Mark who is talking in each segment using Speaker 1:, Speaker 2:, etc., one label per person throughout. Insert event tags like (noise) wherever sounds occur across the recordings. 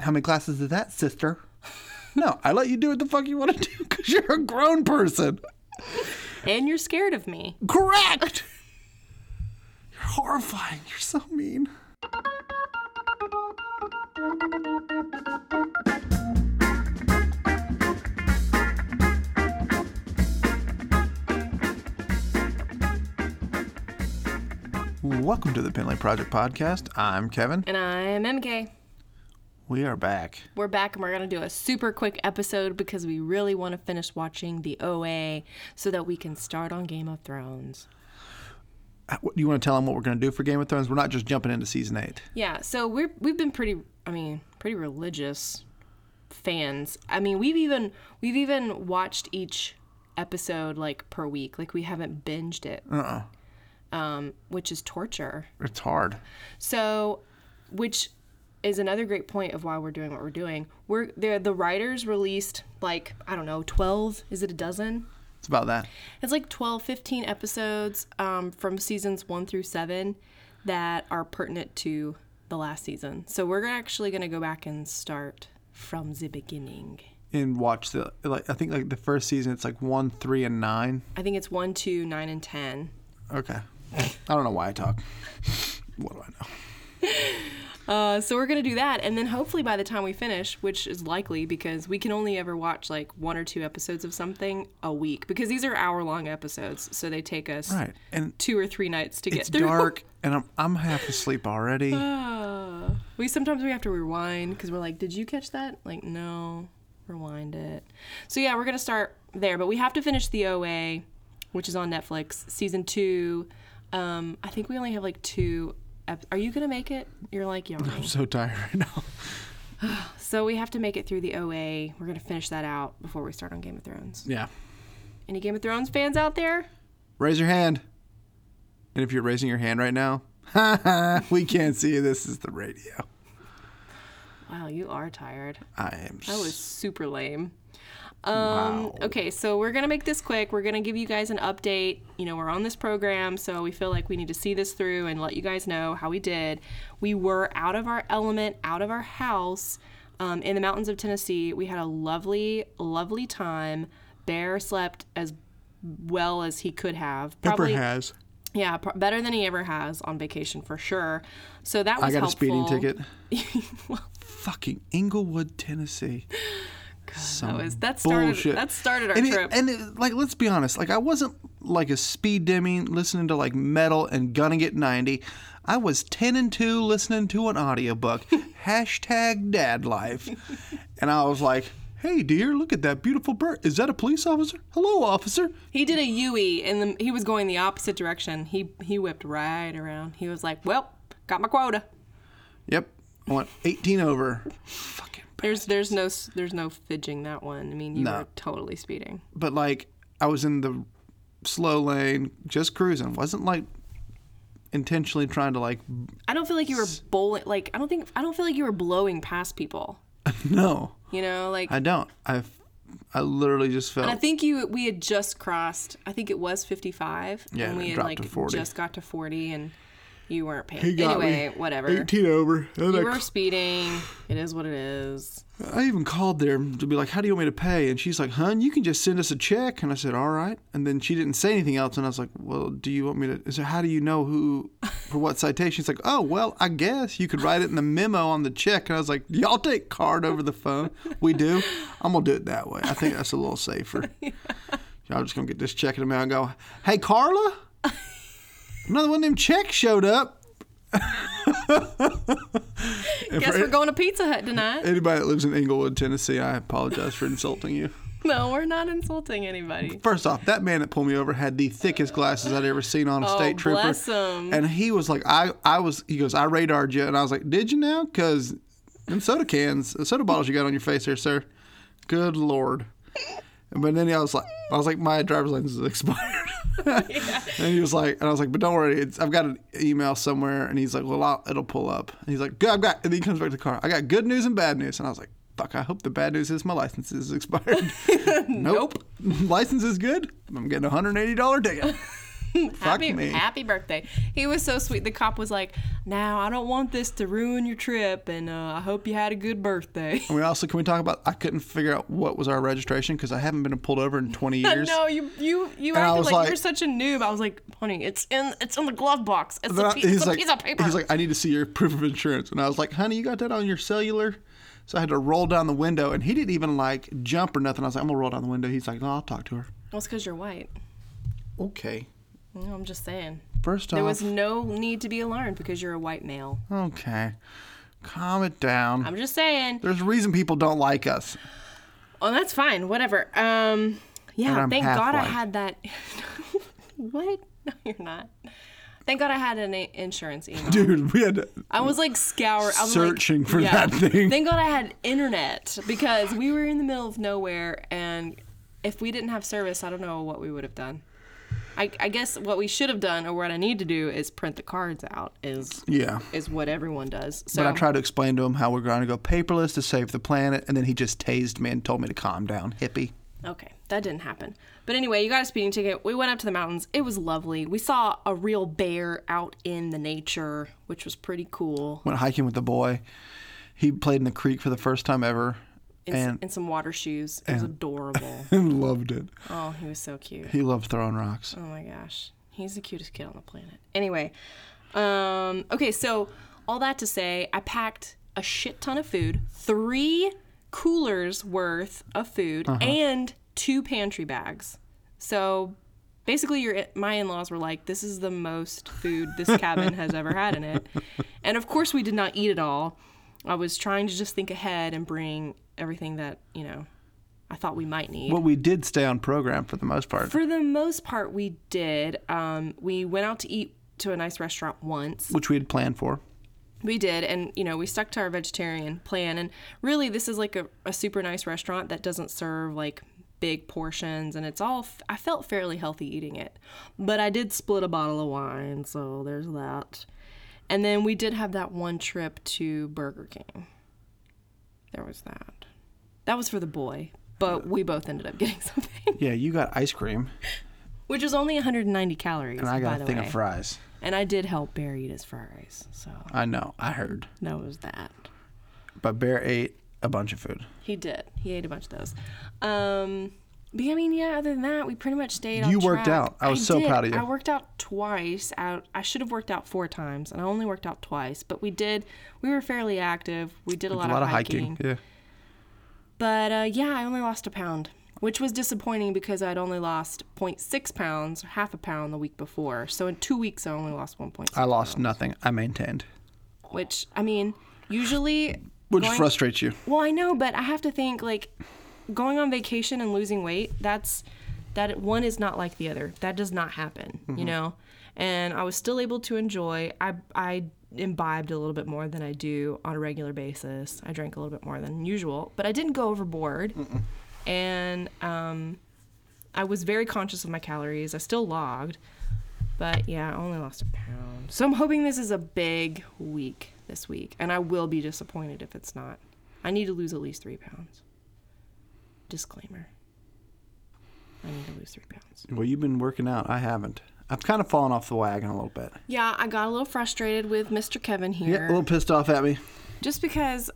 Speaker 1: How many glasses is that, sister? No, I let you do what the fuck you want to do because you're a grown person.
Speaker 2: And you're scared of me.
Speaker 1: Correct. you're horrifying. You're so mean. Welcome to the Pinlay Project Podcast. I'm Kevin.
Speaker 2: And I'm MK.
Speaker 1: We are back.
Speaker 2: We're back and we're going to do a super quick episode because we really want to finish watching the OA so that we can start on Game of Thrones.
Speaker 1: Uh, what- You want to tell them what we're going to do for Game of Thrones? We're not just jumping into season eight.
Speaker 2: Yeah, so we're we've been pretty I mean, pretty religious fans. I mean, we've even we've even watched each episode like per week. Like we haven't binged it. Um, which is torture.
Speaker 1: Uh-uh. It's hard.
Speaker 2: So, which is another great point of why we're doing what we're doing. We're there. The writers released like I don't know, twelve. Is it a dozen?
Speaker 1: It's about that.
Speaker 2: It's like 12, 15 episodes um, from seasons one through seven that are pertinent to the last season. So we're actually going to go back and start from the beginning.
Speaker 1: And watch the like. I think like the first season. It's like one, three, and nine.
Speaker 2: I think it's one, two, nine, and ten.
Speaker 1: Okay. I don't know why I talk. (laughs) What do I know?
Speaker 2: Uh, so we're gonna do that, and then hopefully by the time we finish, which is likely because we can only ever watch like one or two episodes of something a week because these are hour-long episodes, so they take us
Speaker 1: Right. And
Speaker 2: two or three nights to get
Speaker 1: it's
Speaker 2: through.
Speaker 1: dark, and I'm I'm half asleep already.
Speaker 2: (laughs) We sometimes we have to rewind because we're like, did you catch that? Like, no, rewind it. So yeah, we're gonna start there, but we have to finish the OA, which is on Netflix, season two. Um, I think we only have like two. Ep- are you gonna make it? You're like yawning.
Speaker 1: I'm so tired right now.
Speaker 2: So we have to make it through the OA. We're gonna finish that out before we start on Game of Thrones.
Speaker 1: Yeah.
Speaker 2: Any Game of Thrones fans out there?
Speaker 1: Raise your hand. And if you're raising your hand right now, (laughs) we can't see you. This is the radio.
Speaker 2: Wow, you are tired.
Speaker 1: I am.
Speaker 2: That was super lame. Um, Okay, so we're gonna make this quick. We're gonna give you guys an update. You know, we're on this program, so we feel like we need to see this through and let you guys know how we did. We were out of our element, out of our house, um, in the mountains of Tennessee. We had a lovely, lovely time. Bear slept as well as he could have. Probably,
Speaker 1: has.
Speaker 2: yeah, pr- better than he ever has on vacation for sure. So that was
Speaker 1: I got a
Speaker 2: helpful.
Speaker 1: speeding ticket.
Speaker 2: (laughs) Well,
Speaker 1: Fucking Inglewood, Tennessee.
Speaker 2: that was that started
Speaker 1: Bullshit.
Speaker 2: that started our
Speaker 1: and
Speaker 2: trip.
Speaker 1: It, and it, like, let's be honest. Like, I wasn't like a speed dimming, listening to like metal and gunning at ninety. I was ten and two, listening to an
Speaker 2: (laughs)
Speaker 1: audiobook. hashtag Dad Life, and I was like, "Hey, dear, look at that beautiful bird. Is that a police officer? Hello, officer.
Speaker 2: He did a Yui, and the, he was going the opposite direction. He he whipped right around. He was like, "Well, got my quota."
Speaker 1: Yep, I want eighteen over. Fucking.
Speaker 2: There's there's no s- there's no fidging that one. I mean, you
Speaker 1: No.
Speaker 2: were totally speeding.
Speaker 1: But like, I was in the slow lane, just cruising. wasn't like intentionally trying to like. (laughs)
Speaker 2: I don't feel like you were bowling. Like I don't think I don't feel like you were blowing past people.
Speaker 1: No,
Speaker 2: You know, like
Speaker 1: I don't. I. I literally just felt.
Speaker 2: I think you we had just crossed. I think it was 55,
Speaker 1: Yeah,
Speaker 2: and
Speaker 1: it
Speaker 2: we had
Speaker 1: dropped
Speaker 2: like
Speaker 1: to 40.
Speaker 2: just got to 40, and you weren't paying.
Speaker 1: He got
Speaker 2: anyway,
Speaker 1: me.
Speaker 2: whatever.
Speaker 1: 18 over. And
Speaker 2: You
Speaker 1: I,
Speaker 2: were speeding. It is what it is.
Speaker 1: I even called there to be like, how do you want me to pay? And she's like, hun, you can just send us a check. And I said, all right. And then she didn't say anything else. And I was like, well, do you want me to? So how do you know who, for what citation? She's like, oh, well, I guess you could write it in the memo on the check. And I was like, y'all take card over the phone. We do. I'm going to do it that way. I think that's a little safer. Y'all just going to get this check in the mail and go, hey, Carla, another one of them checks showed up.
Speaker 2: Guess we're going to Pizza Hut tonight.
Speaker 1: Anybody that lives in Englewood, Tennessee, I apologize for insulting you.
Speaker 2: No, we're not insulting anybody.
Speaker 1: First off, that man that pulled me over had the thickest glasses I'd ever seen on a state trooper.
Speaker 2: Oh, bless him.
Speaker 1: And he was like, I, I was, he goes, I radared you. And I was like, did you now? Because them soda cans, the soda bottles you got on your face there, sir. Good Lord. But then I was like, I was like, my driver's license is (laughs) expired. And he was like, and I was like, but don't worry, it's, I've got an email somewhere. And he's like, well, I'll, it'll pull up. And he's like, good, I've got, and he comes back to the car. I got good news and bad news. And I was like, fuck, I hope the bad news is my license is
Speaker 2: (laughs) (laughs)
Speaker 1: expired. nope. License is good. I'm getting a $180 ticket.
Speaker 2: happy
Speaker 1: me.
Speaker 2: happy birthday. He was so sweet. The cop was like, "Now I don't want this to ruin your trip, and uh, I hope you had a good birthday." (laughs)
Speaker 1: And we also can we talk about? I couldn't figure out what was our registration because I haven't been pulled over in 20 years.
Speaker 2: (laughs) no, you you you
Speaker 1: And I
Speaker 2: acted
Speaker 1: was
Speaker 2: like,
Speaker 1: like-
Speaker 2: you're such a noob. I was like, honey, it's in it's in the glove box. It's
Speaker 1: Then
Speaker 2: a,
Speaker 1: I-
Speaker 2: pe- it's a piece of paper.
Speaker 1: he's like, I need to see your proof of insurance. And I was like, honey, you got that on your cellular? So I had to roll down the window, and he didn't even like jump or nothing. I was like, I'm gonna roll down the window. He's like, no, I'll talk to her.
Speaker 2: well, it's because you're white.
Speaker 1: Okay.
Speaker 2: You know, I'm just saying.
Speaker 1: First
Speaker 2: There
Speaker 1: off,
Speaker 2: was no need to be alarmed because you're a white male.
Speaker 1: okay, calm it down.
Speaker 2: I'm just saying.
Speaker 1: There's a reason people don't like us. (laughs)
Speaker 2: Oh, that's fine. Whatever. Um, yeah.
Speaker 1: I'm
Speaker 2: Thank
Speaker 1: half
Speaker 2: God I
Speaker 1: white.
Speaker 2: had that. (laughs) what? No, you're not. Thank God I had an i- insurance email.
Speaker 1: Dude, we had to,
Speaker 2: I was like scouring, I was like-
Speaker 1: Searching for that thing.
Speaker 2: Thank God I had internet because we were in the middle of nowhere, and if we didn't have service, I don't know what we would have done. I, I guess what we should have done, or what I need to do, is print the cards out. Is
Speaker 1: yeah.
Speaker 2: is what everyone does. So
Speaker 1: But I tried to explain to him how we're going to go paperless to save the planet, and then he just tased me and told me to calm down, hippie.
Speaker 2: Okay, that didn't happen. But anyway, you got a speeding ticket. We went up to the mountains. It was lovely. We saw a real bear out in the nature, which was pretty cool.
Speaker 1: Went hiking with the boy. He played in the creek for the first time ever,
Speaker 2: In, s-
Speaker 1: and
Speaker 2: in some water shoes. It was adorable.
Speaker 1: and (laughs) loved it.
Speaker 2: oh, he was so cute.
Speaker 1: He loves throwing rocks.
Speaker 2: Oh my gosh. He's the cutest kid on the planet. Anyway, um, okay, so all that to say, I packed a shit ton of food, three coolers worth of food, and two pantry bags. So basically, your my in laws were like, this is the most food this cabin has ever had in it. And of course, we did not eat it all. I was trying to just think ahead and bring everything that, you know, I thought we might need.
Speaker 1: Well, we did stay on program for the most part.
Speaker 2: For the most part, we did. Um, we went out to eat to a nice restaurant once.
Speaker 1: which we had planned for.
Speaker 2: We did, and you know, we stuck to our vegetarian plan. And really, this is like a, a super nice restaurant that doesn't serve like big portions, and it's all. F- I felt fairly healthy eating it, but I did split a bottle of wine, so there's that. And then we did have that one trip to Burger King. There was that. That was for the boy, but we both ended up getting (laughs) something,
Speaker 1: Yeah, you got ice cream,
Speaker 2: which was only 190 calories.
Speaker 1: and I
Speaker 2: by
Speaker 1: got a
Speaker 2: the
Speaker 1: thing
Speaker 2: way.
Speaker 1: of fries.
Speaker 2: And I did help Bear eat his fries, so
Speaker 1: I know, I heard.
Speaker 2: that was that.
Speaker 1: But Bear ate a bunch of food.
Speaker 2: He did. He ate a bunch of those. Um, but I mean, yeah. Other than that, we pretty much stayed. on
Speaker 1: You worked
Speaker 2: track.
Speaker 1: out. I was so
Speaker 2: did.
Speaker 1: proud of you.
Speaker 2: I worked out twice. I, I should have worked out four times, and I only worked out twice. But we did. We were fairly active. We did a lot,
Speaker 1: a lot
Speaker 2: of
Speaker 1: of hiking. Yeah.
Speaker 2: But uh, yeah, I only lost a pound, which was disappointing because I'd only lost 0.6 pounds, half a pound, the week before. So in two weeks, I only lost 1.6.
Speaker 1: I lost nothing. I maintained,
Speaker 2: Which I mean, usually.
Speaker 1: which
Speaker 2: going-
Speaker 1: frustrates you.
Speaker 2: Well, I know, but I have to think like going on vacation and losing weight, that's that one is not like the other. That does not happen, you know? And I was still able to enjoy. I I imbibed a little bit more than I do on a regular basis. I drank a little bit more than usual, but I didn't go overboard. And um I was very conscious of my calories. I still logged, but yeah, I only lost a pound. So I'm hoping this is a big week this week, and I will be disappointed if it's not. I need to lose at least three pounds. Disclaimer. I need to lose three pounds.
Speaker 1: Well, you've been working out. I haven't. I've kind of fallen off the wagon a little bit.
Speaker 2: Yeah, I got a little frustrated with Mr. Kevin
Speaker 1: Yeah,
Speaker 2: here.
Speaker 1: a little pissed off at me.
Speaker 2: just because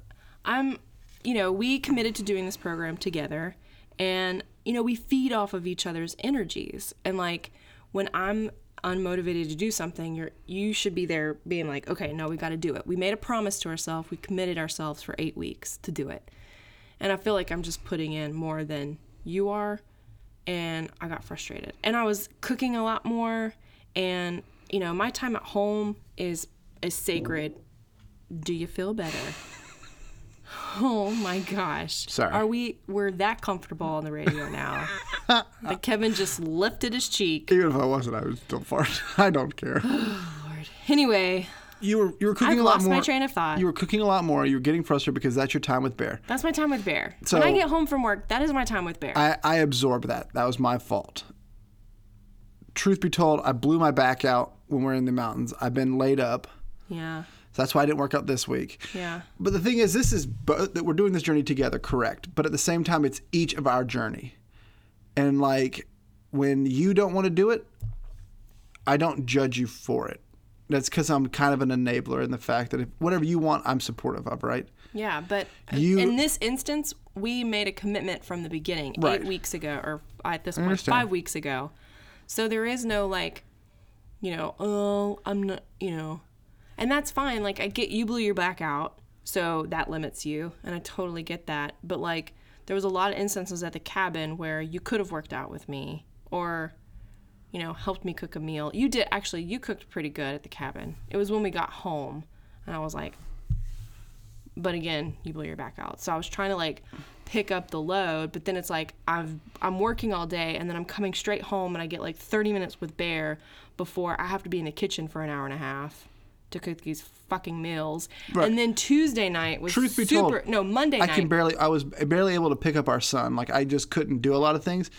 Speaker 2: I'm, you know, we committed to doing this program together and, you know, we feed off of each other's energies. And like when I'm unmotivated to do something, you're you should be there being like, okay, no, we got to do it. We made a promise to ourselves. We committed ourselves for 8 weeks to do it. And I feel like I'm just putting in more than you are and I got frustrated. And I was cooking a lot more and you know, my time at home is is sacred do you feel better? (laughs) Oh my gosh.
Speaker 1: Sorry.
Speaker 2: Are we we're that comfortable on the
Speaker 1: (laughs)
Speaker 2: radio now? that Kevin just lifted his cheek.
Speaker 1: Even if I wasn't, I would still fart. (laughs) I don't care.
Speaker 2: Anyway,
Speaker 1: You were you were cooking
Speaker 2: I've
Speaker 1: a lot
Speaker 2: lost
Speaker 1: more.
Speaker 2: my train of thought.
Speaker 1: You were cooking a lot more. You were getting frustrated because that's your time with Bear.
Speaker 2: That's my time with Bear.
Speaker 1: So-
Speaker 2: when I get home from work, that is my time with Bear.
Speaker 1: I, I absorbed that. That was my fault. Truth be told, I blew my back out when we are in the mountains. I've been laid up.
Speaker 2: yeah.
Speaker 1: So that's why I didn't work out this week.
Speaker 2: Yeah.
Speaker 1: But the thing is, this is both that we're doing this journey together, correct? But at the same time, it's each of our journey. And like when you don't want to do it, I don't judge you for it. That's because I'm kind of an enabler in the fact that if whatever you want, I'm supportive of, right?
Speaker 2: Yeah, but uh,
Speaker 1: You-
Speaker 2: in this instance, we made a commitment from the beginning
Speaker 1: Right.
Speaker 2: eight weeks ago, or at this point,
Speaker 1: understand.
Speaker 2: five weeks ago. So there is no like, you know, oh, I'm not, you know, and that's fine. Like, I get you blew your back out, so that limits you, and I totally get that. But like, there was a lot of instances at the cabin where you could have worked out with me, or you know, helped me cook a meal. You did actually. You cooked pretty good at the cabin. It was when we got home, and I was like, but again, you blew your back out. So I was trying to like pick up the load, but then it's like I've I'm working all day, and then I'm coming straight home, and I get like 30 minutes with Bear before I have to be in the kitchen for an hour and a half to cook these fucking meals.
Speaker 1: Right.
Speaker 2: And then Tuesday night was
Speaker 1: Truth be
Speaker 2: super.
Speaker 1: told,
Speaker 2: no, Monday
Speaker 1: I
Speaker 2: night.
Speaker 1: can barely. I was barely able to pick up our son. Like I just couldn't do a lot of things,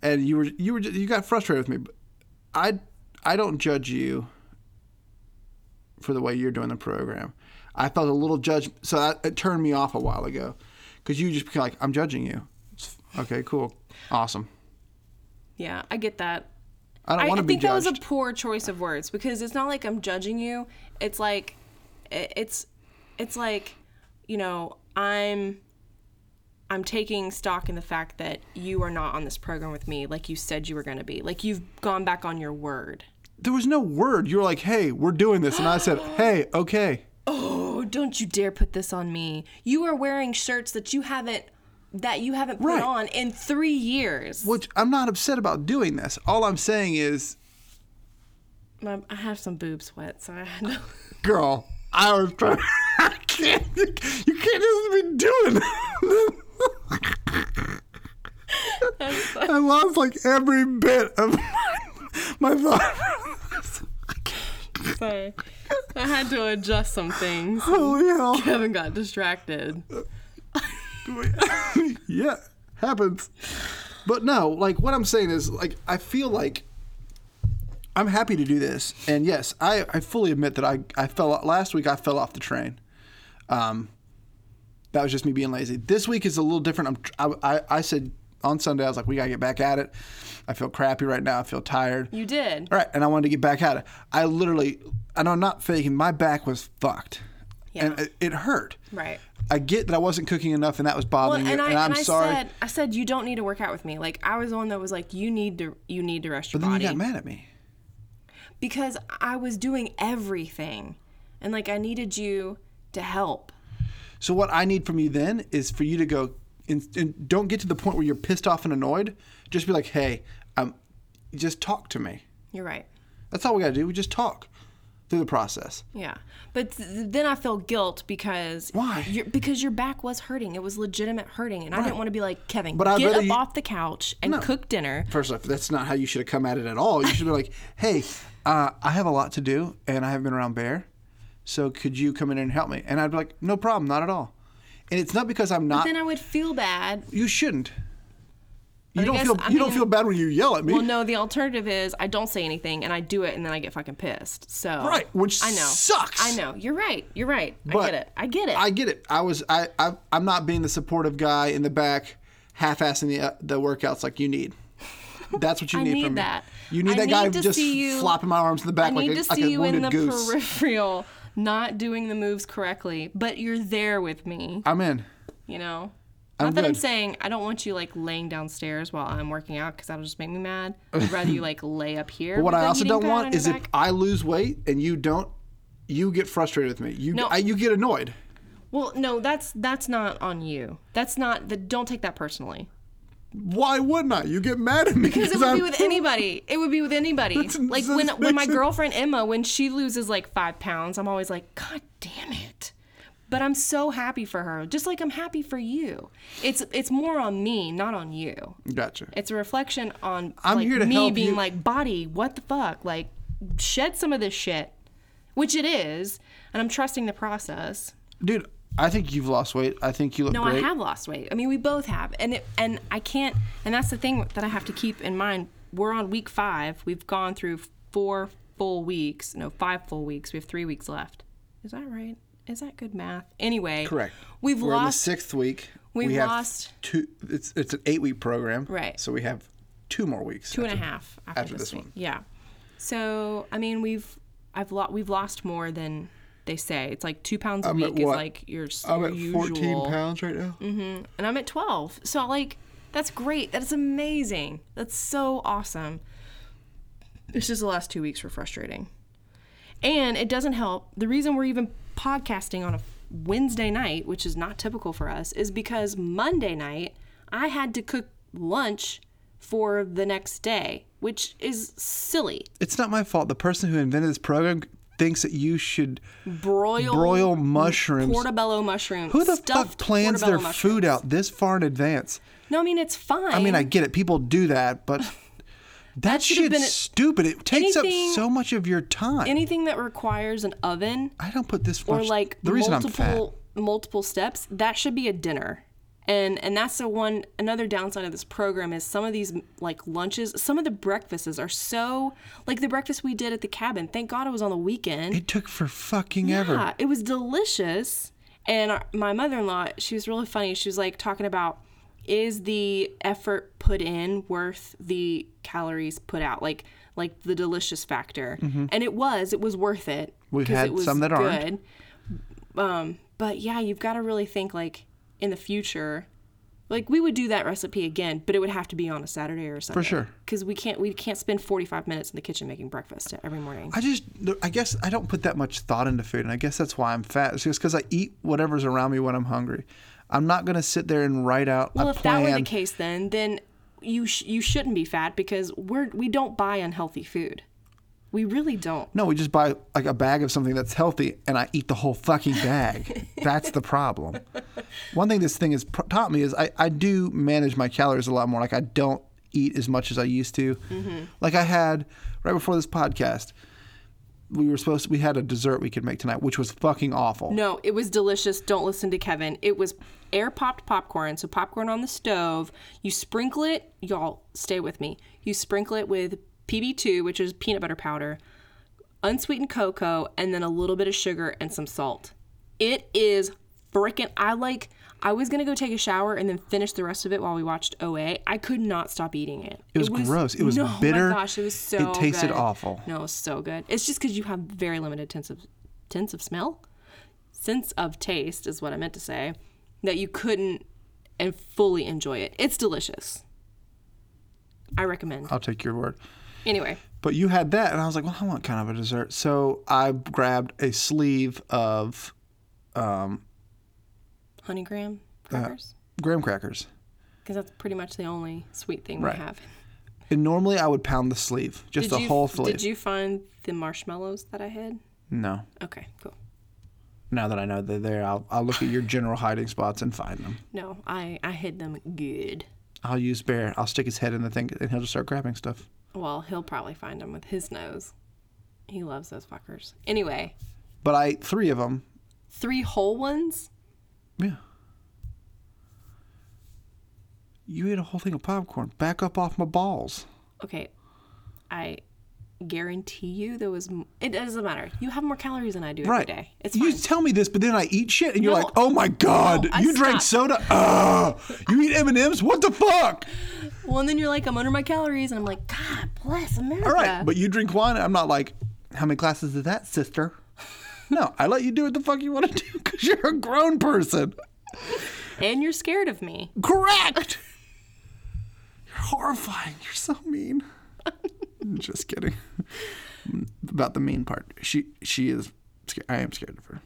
Speaker 1: and you were you were you got frustrated with me. But I I don't judge you for the way you're doing the program. I felt a little judge, so that it turned me off a while ago, because you just became like I'm judging you. It's f- Okay, cool, awesome.
Speaker 2: yeah, I get that.
Speaker 1: I don't
Speaker 2: I,
Speaker 1: want
Speaker 2: I
Speaker 1: to be
Speaker 2: think that was
Speaker 1: judged.
Speaker 2: a poor choice of words because it's not like I'm judging you. It's like, i- it's, it's like, you know, I'm, I'm taking stock in the fact that you are not on this program with me like you said you were going to be. Like you've gone back on your word.
Speaker 1: there was no word. You were like, hey, we're doing this, and I
Speaker 2: (gasps)
Speaker 1: said, hey, okay.
Speaker 2: Oh, don't you dare put this on me. You are wearing shirts that you haven't, that you haven't put
Speaker 1: Right.
Speaker 2: on in three years.
Speaker 1: Which I'm not upset about doing this. All I'm saying is
Speaker 2: My- I have some boob sweat, so I had to. (laughs)
Speaker 1: girl, I was trying. (laughs) I can't. You can't just be doing. That. I lost like every bit of (laughs) my thought.
Speaker 2: Sorry. I had to adjust some things.
Speaker 1: Holy hell!
Speaker 2: (laughs) Kevin got distracted.
Speaker 1: yeah, happens. But no, like what I'm saying is, like I feel like I'm happy to do this, and yes, I, I fully admit that I I fell last week. I fell off the train. Um, that was just me being lazy. This week is a little different. I'm I I, I said on Sunday I was like we gotta get back at it. I feel crappy right now. I feel tired.
Speaker 2: You did.
Speaker 1: All right, and I wanted to get back at it. I literally, and I'm not faking. My back was fucked, and
Speaker 2: Yeah.
Speaker 1: it, it hurt.
Speaker 2: Right.
Speaker 1: I get that I wasn't cooking enough and that was
Speaker 2: Well,
Speaker 1: bothering
Speaker 2: and
Speaker 1: you,
Speaker 2: I,
Speaker 1: and I'm
Speaker 2: and I
Speaker 1: sorry.
Speaker 2: said I said you don't need to work out with me. Like I was the one that was like you need to you need to rest your
Speaker 1: but then you
Speaker 2: body
Speaker 1: got mad at me.
Speaker 2: because I was doing everything, and like I needed you to help.
Speaker 1: So what I need from you then is for you to go and, and don't get to the point where you're pissed off and annoyed. Just be like, hey, um, just talk to me.
Speaker 2: You're right.
Speaker 1: That's all we gotta do. We just talk through the process.
Speaker 2: Yeah, but th- then I felt guilt because
Speaker 1: Why?
Speaker 2: Your, because your back was hurting. It was legitimate hurting, and I didn't want to be like Kevin.
Speaker 1: I'd
Speaker 2: get
Speaker 1: rather
Speaker 2: up
Speaker 1: you-
Speaker 2: off the couch and cook dinner.
Speaker 1: First off, that's not how you should have come at it at all. You should be like, (laughs) hey, uh, I have a lot to do and I haven't been around Bear, so could you come in and help me? And I'd be like, no problem, not at all. And it's not because I'm not.
Speaker 2: Then I would feel bad
Speaker 1: you shouldn't.
Speaker 2: I
Speaker 1: You don't
Speaker 2: guess-
Speaker 1: feel.
Speaker 2: I
Speaker 1: you don't
Speaker 2: mean-
Speaker 1: feel bad when you yell at me.
Speaker 2: Well, no, the alternative is I don't say anything and I do it and then I get fucking pissed. So
Speaker 1: Right, which
Speaker 2: I know
Speaker 1: sucks.
Speaker 2: I know. You're right. You're right. I
Speaker 1: But
Speaker 2: get it. I get it.
Speaker 1: I get it. I was I, I I'm not being the supportive guy in the back, half-assing the uh, the workouts like you need. That's what you
Speaker 2: (laughs) I
Speaker 1: need,
Speaker 2: need
Speaker 1: from
Speaker 2: that.
Speaker 1: me. You need
Speaker 2: I
Speaker 1: that guy
Speaker 2: need to
Speaker 1: just
Speaker 2: see you-
Speaker 1: flopping my arms in the
Speaker 2: I
Speaker 1: back
Speaker 2: need
Speaker 1: like a,
Speaker 2: to see
Speaker 1: like a
Speaker 2: you in
Speaker 1: wounded
Speaker 2: the
Speaker 1: goose.
Speaker 2: (laughs) peripheral, not doing the moves correctly, but you're there with me.
Speaker 1: I'm in.
Speaker 2: You know.
Speaker 1: I'm
Speaker 2: not that I'm
Speaker 1: good.
Speaker 2: saying I don't want you like laying downstairs while I'm working out because that'll just make
Speaker 1: (laughs)
Speaker 2: me mad. I'd rather you like lay up here.
Speaker 1: But what
Speaker 2: with
Speaker 1: I
Speaker 2: a
Speaker 1: also
Speaker 2: heating
Speaker 1: don't
Speaker 2: pad on
Speaker 1: want
Speaker 2: your
Speaker 1: is if
Speaker 2: back.
Speaker 1: I lose weight and you don't, you get frustrated with me. You
Speaker 2: No.
Speaker 1: I, you get annoyed.
Speaker 2: Well, no, that's that's not on you. That's not the. Don't take that personally.
Speaker 1: Why wouldn't I? You get mad at me
Speaker 2: Because it would be
Speaker 1: I'm-
Speaker 2: with anybody. It would be with
Speaker 1: (laughs)
Speaker 2: anybody.
Speaker 1: That's-
Speaker 2: Like
Speaker 1: that
Speaker 2: when when my
Speaker 1: makes it-
Speaker 2: girlfriend Emma, when she loses like five pounds, I'm always like, God damn it. But I'm so happy for her, just like I'm happy for you. It's it's more on me, not on you.
Speaker 1: Gotcha.
Speaker 2: It's a reflection on
Speaker 1: I'm
Speaker 2: like,
Speaker 1: here to
Speaker 2: me
Speaker 1: help
Speaker 2: being
Speaker 1: you.
Speaker 2: like, body, what the fuck? Like, shed some of this shit, which it is, and I'm trusting the process.
Speaker 1: Dude, I think you've lost weight. I think you look
Speaker 2: No,
Speaker 1: great.
Speaker 2: I have lost weight. I mean, we both have, and it, and I can't. And that's the thing that I have to keep in mind. We're on week five. We've gone through four full weeks. No, five full weeks. We have three weeks left. Is that right? Is that good math? Anyway,
Speaker 1: Correct.
Speaker 2: We've
Speaker 1: We're in the
Speaker 2: lost.
Speaker 1: sixth week.
Speaker 2: we've
Speaker 1: we have
Speaker 2: lost-
Speaker 1: two. It's it's an eight week program.
Speaker 2: Right.
Speaker 1: So we have two more weeks.
Speaker 2: two and a half after,
Speaker 1: after
Speaker 2: this,
Speaker 1: this
Speaker 2: week.
Speaker 1: one.
Speaker 2: Yeah. So I mean, we've I've lo- we've lost more than they say. It's like two pounds a
Speaker 1: I'm at
Speaker 2: week is
Speaker 1: what?
Speaker 2: like your s-
Speaker 1: I'm at
Speaker 2: usual. Mm-hmm.
Speaker 1: 14 pounds right now.
Speaker 2: and I'm at 12. So like that's great. That's amazing. That's so awesome. It's just the last 2 weeks were frustrating. And it doesn't help. The reason we're even podcasting on a Wednesday night, which is not typical for us, is because Monday night I had to cook lunch for the next day, which is silly.
Speaker 1: It's not my fault. The person who invented this program thinks that you should
Speaker 2: Broil,
Speaker 1: broil mushrooms.
Speaker 2: portobello mushrooms.
Speaker 1: Who the fuck
Speaker 2: stuffed
Speaker 1: plans their
Speaker 2: portobello mushrooms.
Speaker 1: food out this far in advance?
Speaker 2: No, I mean it's fine.
Speaker 1: I mean, I get it. People do that,
Speaker 2: (laughs)
Speaker 1: but that,
Speaker 2: should have
Speaker 1: shit's
Speaker 2: been a-
Speaker 1: stupid. It takes
Speaker 2: anything-
Speaker 1: up so much of your time.
Speaker 2: anything that requires an oven
Speaker 1: I don't put this
Speaker 2: or
Speaker 1: much.
Speaker 2: like
Speaker 1: the reason
Speaker 2: multiple
Speaker 1: I'm fat.
Speaker 2: multiple steps that should be a dinner and and that's the one another downside of this program is some of these like lunches some of the breakfasts are so like the breakfast we did at the cabin thank god it was on the weekend
Speaker 1: It took for fucking ever.
Speaker 2: yeah, it was delicious. And our, my mother-in-law, she was really funny. She was like talking about is the effort put in worth the calories put out? Like like the delicious factor. And it was, it was worth it.
Speaker 1: We've
Speaker 2: 'cause
Speaker 1: Mm-hmm. had
Speaker 2: it was
Speaker 1: some that aren't.
Speaker 2: good. Um, but yeah, you've got to really think like in the future like we would do that recipe again, but it would have to be on a Saturday or a Sunday.
Speaker 1: sure.
Speaker 2: Cuz we can't we can't spend 45 minutes in the kitchen making breakfast every morning.
Speaker 1: I just, I guess I don't put that much thought into food, and I guess that's why I'm fat. It's just because I eat whatever's around me when I'm hungry. I'm not gonna sit there and write out
Speaker 2: Well,
Speaker 1: a
Speaker 2: if
Speaker 1: plan.
Speaker 2: that were the case, then then you sh- you shouldn't be fat because we're we don't buy unhealthy food. We really don't.
Speaker 1: No, we just buy like a bag of something that's healthy, and I eat the whole fucking bag.
Speaker 2: (laughs)
Speaker 1: that's the problem. One thing this thing has pr- taught me is I, I do manage my calories a lot more. Like I don't eat as much as I used to.
Speaker 2: Mm-hmm.
Speaker 1: Like I had right before this podcast, we were supposed we had a dessert we could make tonight, which was fucking awful.
Speaker 2: No, it was delicious. Don't listen to Kevin. It was air popped popcorn. So popcorn on the stove. You sprinkle it. Y'all stay with me. You sprinkle it with PB2, which is peanut butter powder, unsweetened cocoa, and then a little bit of sugar and some salt. It is freaking. I like. I was gonna go take a shower and then finish the rest of it while we watched OA. I could not stop eating it.
Speaker 1: It was gross.
Speaker 2: (laughs)
Speaker 1: It was bitter.
Speaker 2: Oh my gosh, it was so.
Speaker 1: It tasted
Speaker 2: good.
Speaker 1: awful.
Speaker 2: No, it was so good. It's just because you have very limited sense of sense of smell, sense of taste is what I meant to say, that you couldn't and fully enjoy it. It's delicious. I recommend.
Speaker 1: I'll take your word.
Speaker 2: Anyway,
Speaker 1: But you had that, and I was like, well, I want kind of a dessert. So I grabbed a sleeve of
Speaker 2: honey graham
Speaker 1: Uh,
Speaker 2: crackers,
Speaker 1: graham crackers.
Speaker 2: because that's pretty much the only sweet thing
Speaker 1: Right.
Speaker 2: we have.
Speaker 1: And normally I would pound the sleeve, just
Speaker 2: Did
Speaker 1: the
Speaker 2: you,
Speaker 1: whole sleeve.
Speaker 2: Did you find the marshmallows that I had?
Speaker 1: No.
Speaker 2: Okay, cool.
Speaker 1: Now that I know they're there, I'll, I'll look at your general hiding spots and find them.
Speaker 2: No, I I hid them good.
Speaker 1: I'll use Bear. I'll stick his head in the thing, and he'll just start grabbing stuff.
Speaker 2: Well, he'll probably find them with his nose. He loves those fuckers. Anyway,
Speaker 1: But I ate three of them.
Speaker 2: three whole ones.
Speaker 1: Yeah. You ate a whole thing of popcorn. Back up off my balls.
Speaker 2: Okay, I guarantee you there was. m- It doesn't matter. You have more calories than I do
Speaker 1: Right.
Speaker 2: every day. It's
Speaker 1: you
Speaker 2: fine.
Speaker 1: tell me this, but then I eat shit, and you're
Speaker 2: No.
Speaker 1: like, "Oh my god,
Speaker 2: No, I
Speaker 1: you drank soda. Ugh. You eat M and M's. What the fuck?
Speaker 2: well, and then you're like, I'm under my calories, and I'm like, God bless America.
Speaker 1: All right, but you drink wine. I'm not like, how many glasses is that, sister? (laughs) No, I let you do what the fuck you want to do because you're a grown person.
Speaker 2: and you're scared of me.
Speaker 1: Correct. You're horrifying. You're so mean. (laughs) Just kidding. About the mean part. She she is. sca- I am scared of her.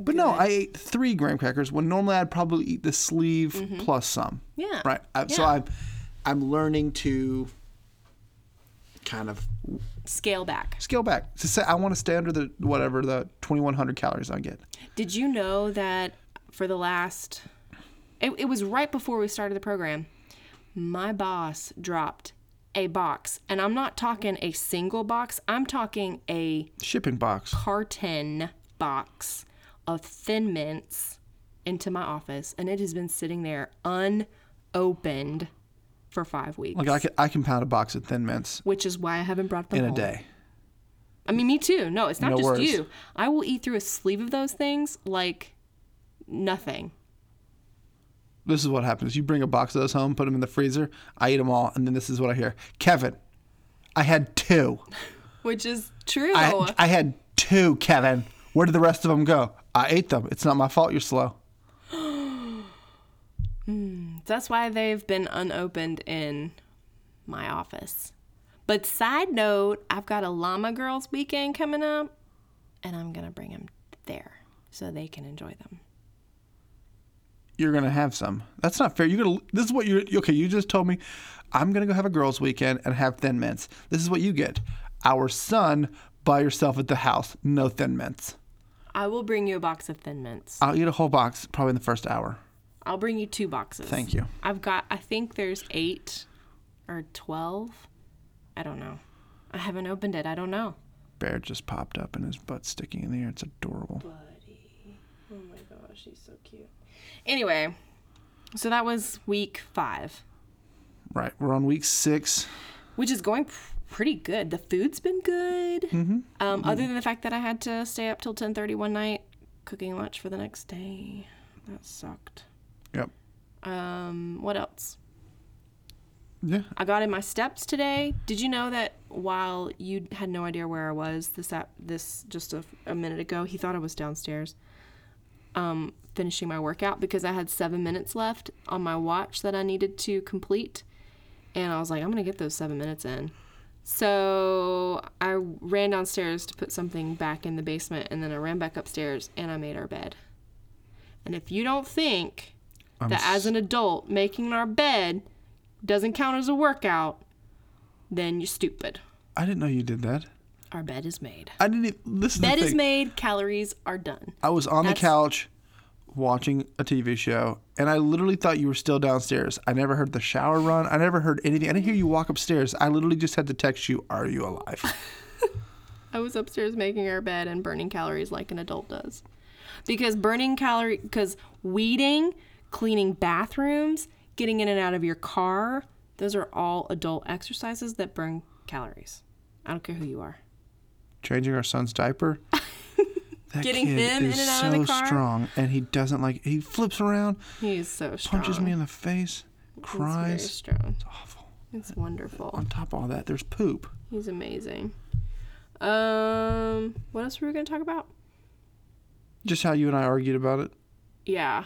Speaker 1: But no, I ate three graham crackers when normally I'd probably eat the sleeve plus some.
Speaker 2: Mm-hmm. Yeah.
Speaker 1: Right. I, So
Speaker 2: Yeah.
Speaker 1: I'm I'm learning to kind of
Speaker 2: Scale back.
Speaker 1: scale back. To say I want to stay under the whatever the 2100 calories I get.
Speaker 2: Did you know that for the last? It, it was right before we started the program. My boss dropped a box, and I'm not talking a single box. I'm talking a
Speaker 1: Shipping box.
Speaker 2: carton box of thin mints into my office and it has been sitting there unopened for five weeks
Speaker 1: Like I can I can pound a box of Thin Mints
Speaker 2: which is why i haven't brought them
Speaker 1: in a
Speaker 2: home.
Speaker 1: day.
Speaker 2: i mean me too no it's not
Speaker 1: No
Speaker 2: just
Speaker 1: worries.
Speaker 2: you i will eat through a sleeve of those things like nothing
Speaker 1: This is what happens. You bring a box of those home, put them in the freezer. I eat them all, and then this is what I hear. Kevin, I had two.
Speaker 2: which is true.
Speaker 1: I, I had two, Kevin. Where did the rest of them go? I ate them. It's not my fault you're slow.
Speaker 2: That's why they've been unopened in my office. But side note, I've got a Llama Girls weekend coming up, and I'm going to bring them there so they can enjoy them.
Speaker 1: You're gonna have some. That's not fair. You're gonna. This is what you. Okay, you just told me, I'm gonna go have a girls' weekend and have thin mints. This is what you get. Our son by yourself at the house. No thin mints.
Speaker 2: I will bring you a box of Thin Mints.
Speaker 1: I'll eat a whole box probably in the first hour.
Speaker 2: I'll bring you two boxes.
Speaker 1: Thank you.
Speaker 2: I've got, I think there's eight or 12. I don't know. I haven't opened it. I don't know.
Speaker 1: Bear just popped up and his butt sticking in the air. It's adorable.
Speaker 2: Oh my gosh, he's so cute. Anyway, so that was week five,
Speaker 1: Right, we're on week six.
Speaker 2: which is going pr- pretty good. The food's been good. Mm-hmm. Um, Other than the fact that I had to stay up till 10.30 one night cooking lunch for the next day. That sucked.
Speaker 1: Yep.
Speaker 2: Um, what else?
Speaker 1: Yeah.
Speaker 2: I got in my steps today. Did you know that while you had no idea where I was this ap- this just a, a minute ago, he thought I was downstairs, um, finishing my workout because I had seven minutes left on my watch that I needed to complete, and I was like, I'm gonna get those seven minutes in. So I ran downstairs to put something back in the basement, and then I ran back upstairs and I made our bed. And if you don't think that as an adult making our bed doesn't count as a workout, then you're stupid.
Speaker 1: I didn't know you did that.
Speaker 2: Our bed is made.
Speaker 1: I didn't even listen.
Speaker 2: Bed
Speaker 1: the
Speaker 2: is
Speaker 1: thing.
Speaker 2: made, calories are done.
Speaker 1: I was on
Speaker 2: That's-
Speaker 1: the couch watching a TV show, and I literally thought you were still downstairs. I never heard the shower run. I never heard anything. I didn't hear you walk upstairs. I literally just had to text you, "Are you alive?"
Speaker 2: (laughs) I was upstairs making our bed and burning calories like an adult does. Because burning calorie cuz weeding, cleaning bathrooms, getting in and out of your car, those are all adult exercises that burn calories. I don't care who you are.
Speaker 1: Changing our son's
Speaker 2: (laughs)
Speaker 1: diaper. That
Speaker 2: Getting
Speaker 1: kid
Speaker 2: him in
Speaker 1: is
Speaker 2: and out
Speaker 1: so
Speaker 2: of the car.
Speaker 1: strong, and he doesn't like. He flips around,
Speaker 2: He's so strong.
Speaker 1: punches me in the face,
Speaker 2: He's very
Speaker 1: cries.
Speaker 2: strong.
Speaker 1: Awful.
Speaker 2: It's wonderful.
Speaker 1: On top of all that, there's poop.
Speaker 2: He's amazing. Um, what else were we gonna talk about?
Speaker 1: Just how you and I argued about it,
Speaker 2: Yeah,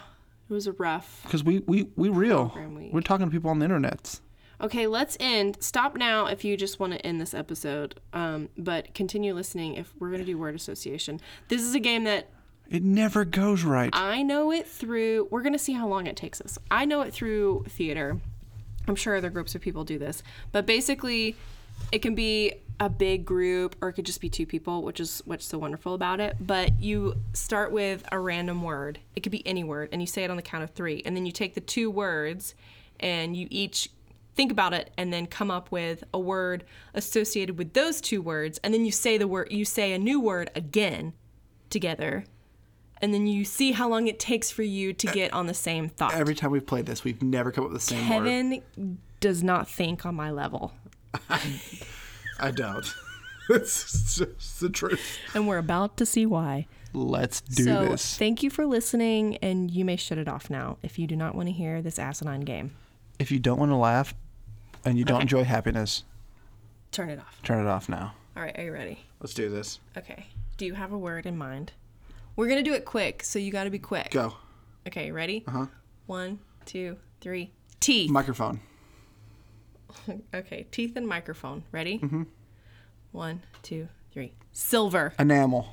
Speaker 2: it was a rough.
Speaker 1: because we we we real.
Speaker 2: Program week.
Speaker 1: We're talking to people on the internet.
Speaker 2: Okay, let's end. Stop now if you just want to end this episode. Um, but continue listening if we're gonna do word association. This is a game that
Speaker 1: It never goes right.
Speaker 2: I know it through. We're gonna see how long it takes us. I know it through theater. I'm sure other groups of people do this, but basically, it can be a big group or it could just be two people, which is what's so wonderful about it. But you start with a random word. It could be any word, and you say it on the count of three, and then you take the two words, and you each think about it and then come up with a word associated with those two words and then you say the word you say a new word again together and then you see how long it takes for you to get on the same thought.
Speaker 1: E- Every time we've played this, we've never come up with the same word.
Speaker 2: Kevin does not think on my level,
Speaker 1: I don't. (laughs) That's just the truth.
Speaker 2: and we're about to see why.
Speaker 1: Let's do
Speaker 2: so,
Speaker 1: this.
Speaker 2: thank you for listening, and you may shut it off now if you do not want to hear this asinine game.
Speaker 1: If you don't want to laugh and you don't enjoy happiness,
Speaker 2: Turn it off.
Speaker 1: turn it off now.
Speaker 2: All right, are you ready?
Speaker 1: Let's do this.
Speaker 2: Okay. Do you have a word in mind? We're gonna do it quick, so you got to be quick.
Speaker 1: Go. Uh-huh.
Speaker 2: Okay, ready? Uh huh. One, two, three. Teeth.
Speaker 1: Microphone.
Speaker 2: okay, teeth and microphone. Ready? Mm-hmm. One, two, three. Silver.
Speaker 1: (laughs) Enamel.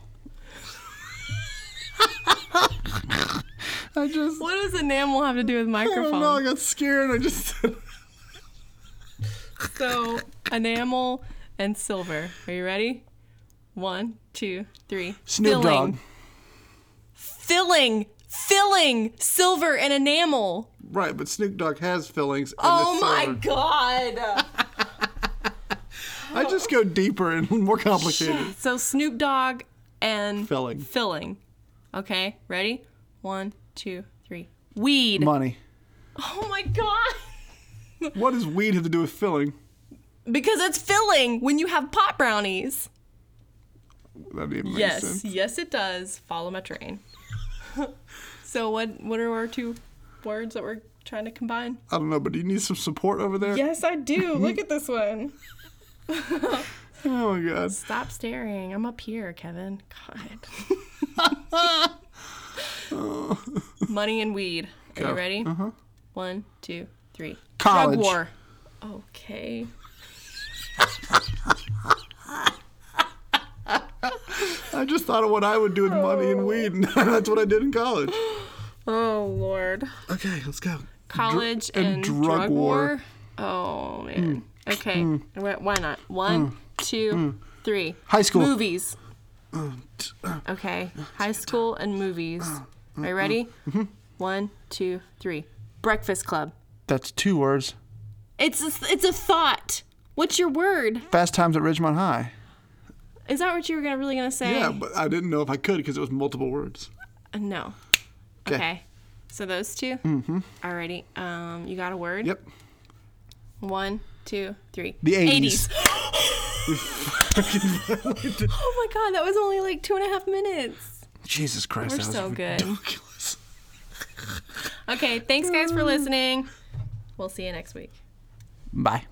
Speaker 1: I just.
Speaker 2: What does enamel have to do with
Speaker 1: I
Speaker 2: microphone?
Speaker 1: don't know. I got scared. I just.
Speaker 2: So enamel and silver. Are you ready? One, two, three.
Speaker 1: Snoop
Speaker 2: filling.
Speaker 1: Dogg.
Speaker 2: Filling. Filling. Silver and enamel.
Speaker 1: Right, but Snoop Dogg has fillings. And
Speaker 2: Oh
Speaker 1: it's
Speaker 2: my
Speaker 1: silver.
Speaker 2: god.
Speaker 1: I
Speaker 2: Oh.
Speaker 1: just go deeper and (laughs) more complicated.
Speaker 2: so Snoop Dogg and
Speaker 1: Filling.
Speaker 2: Filling. Okay, ready? One, two, three. Weed.
Speaker 1: Money.
Speaker 2: oh my god.
Speaker 1: What does weed have to do with filling?
Speaker 2: Because it's filling when you have pot brownies.
Speaker 1: That didn't make
Speaker 2: Yes,
Speaker 1: sense.
Speaker 2: yes, it does. Follow my train. (laughs) so what? What are our two words that we're trying to combine? (laughs)
Speaker 1: I don't know, but do you need some support over there?
Speaker 2: Yes, I do. Look at this one.
Speaker 1: Oh my god.
Speaker 2: Stop staring. I'm up here, Kevin. God.
Speaker 1: (laughs)
Speaker 2: Money and weed. Are you ready? Uh-huh. One, two, three.
Speaker 1: College.
Speaker 2: Drug war. Okay.
Speaker 1: I just thought of what I would do with money and weed, (laughs) and that's what I did in college.
Speaker 2: Oh Lord.
Speaker 1: Okay, let's go.
Speaker 2: College
Speaker 1: and
Speaker 2: and,
Speaker 1: drug
Speaker 2: drug,
Speaker 1: war. Mm.
Speaker 2: war. Oh man. Okay. Wh- Why not? One, two, three.
Speaker 1: High school.
Speaker 2: Movies.
Speaker 1: Um, uh.
Speaker 2: Okay. High school and movies. Are you ready?
Speaker 1: Mm-hmm.
Speaker 2: One, two, three. Breakfast Club.
Speaker 1: That's two words.
Speaker 2: It's a, it's a thought. What's your word?
Speaker 1: Fast Times at Ridgemont High.
Speaker 2: Is that what you were gonna really gonna say?
Speaker 1: Yeah, but I didn't know if I could because it was multiple words.
Speaker 2: Uh, No.
Speaker 1: 'Kay.
Speaker 2: Okay. So those 2 Mm-hmm. Alrighty. Um, you got a word?
Speaker 1: Yep.
Speaker 2: One, two, three.
Speaker 1: The 80s.
Speaker 2: 80s. oh my god, that was only like two and a half minutes.
Speaker 1: Jesus Christ,
Speaker 2: We're
Speaker 1: that was
Speaker 2: so good. (laughs)
Speaker 1: ridiculous.
Speaker 2: Okay, thanks guys for listening. We'll see you next week.
Speaker 1: Bye.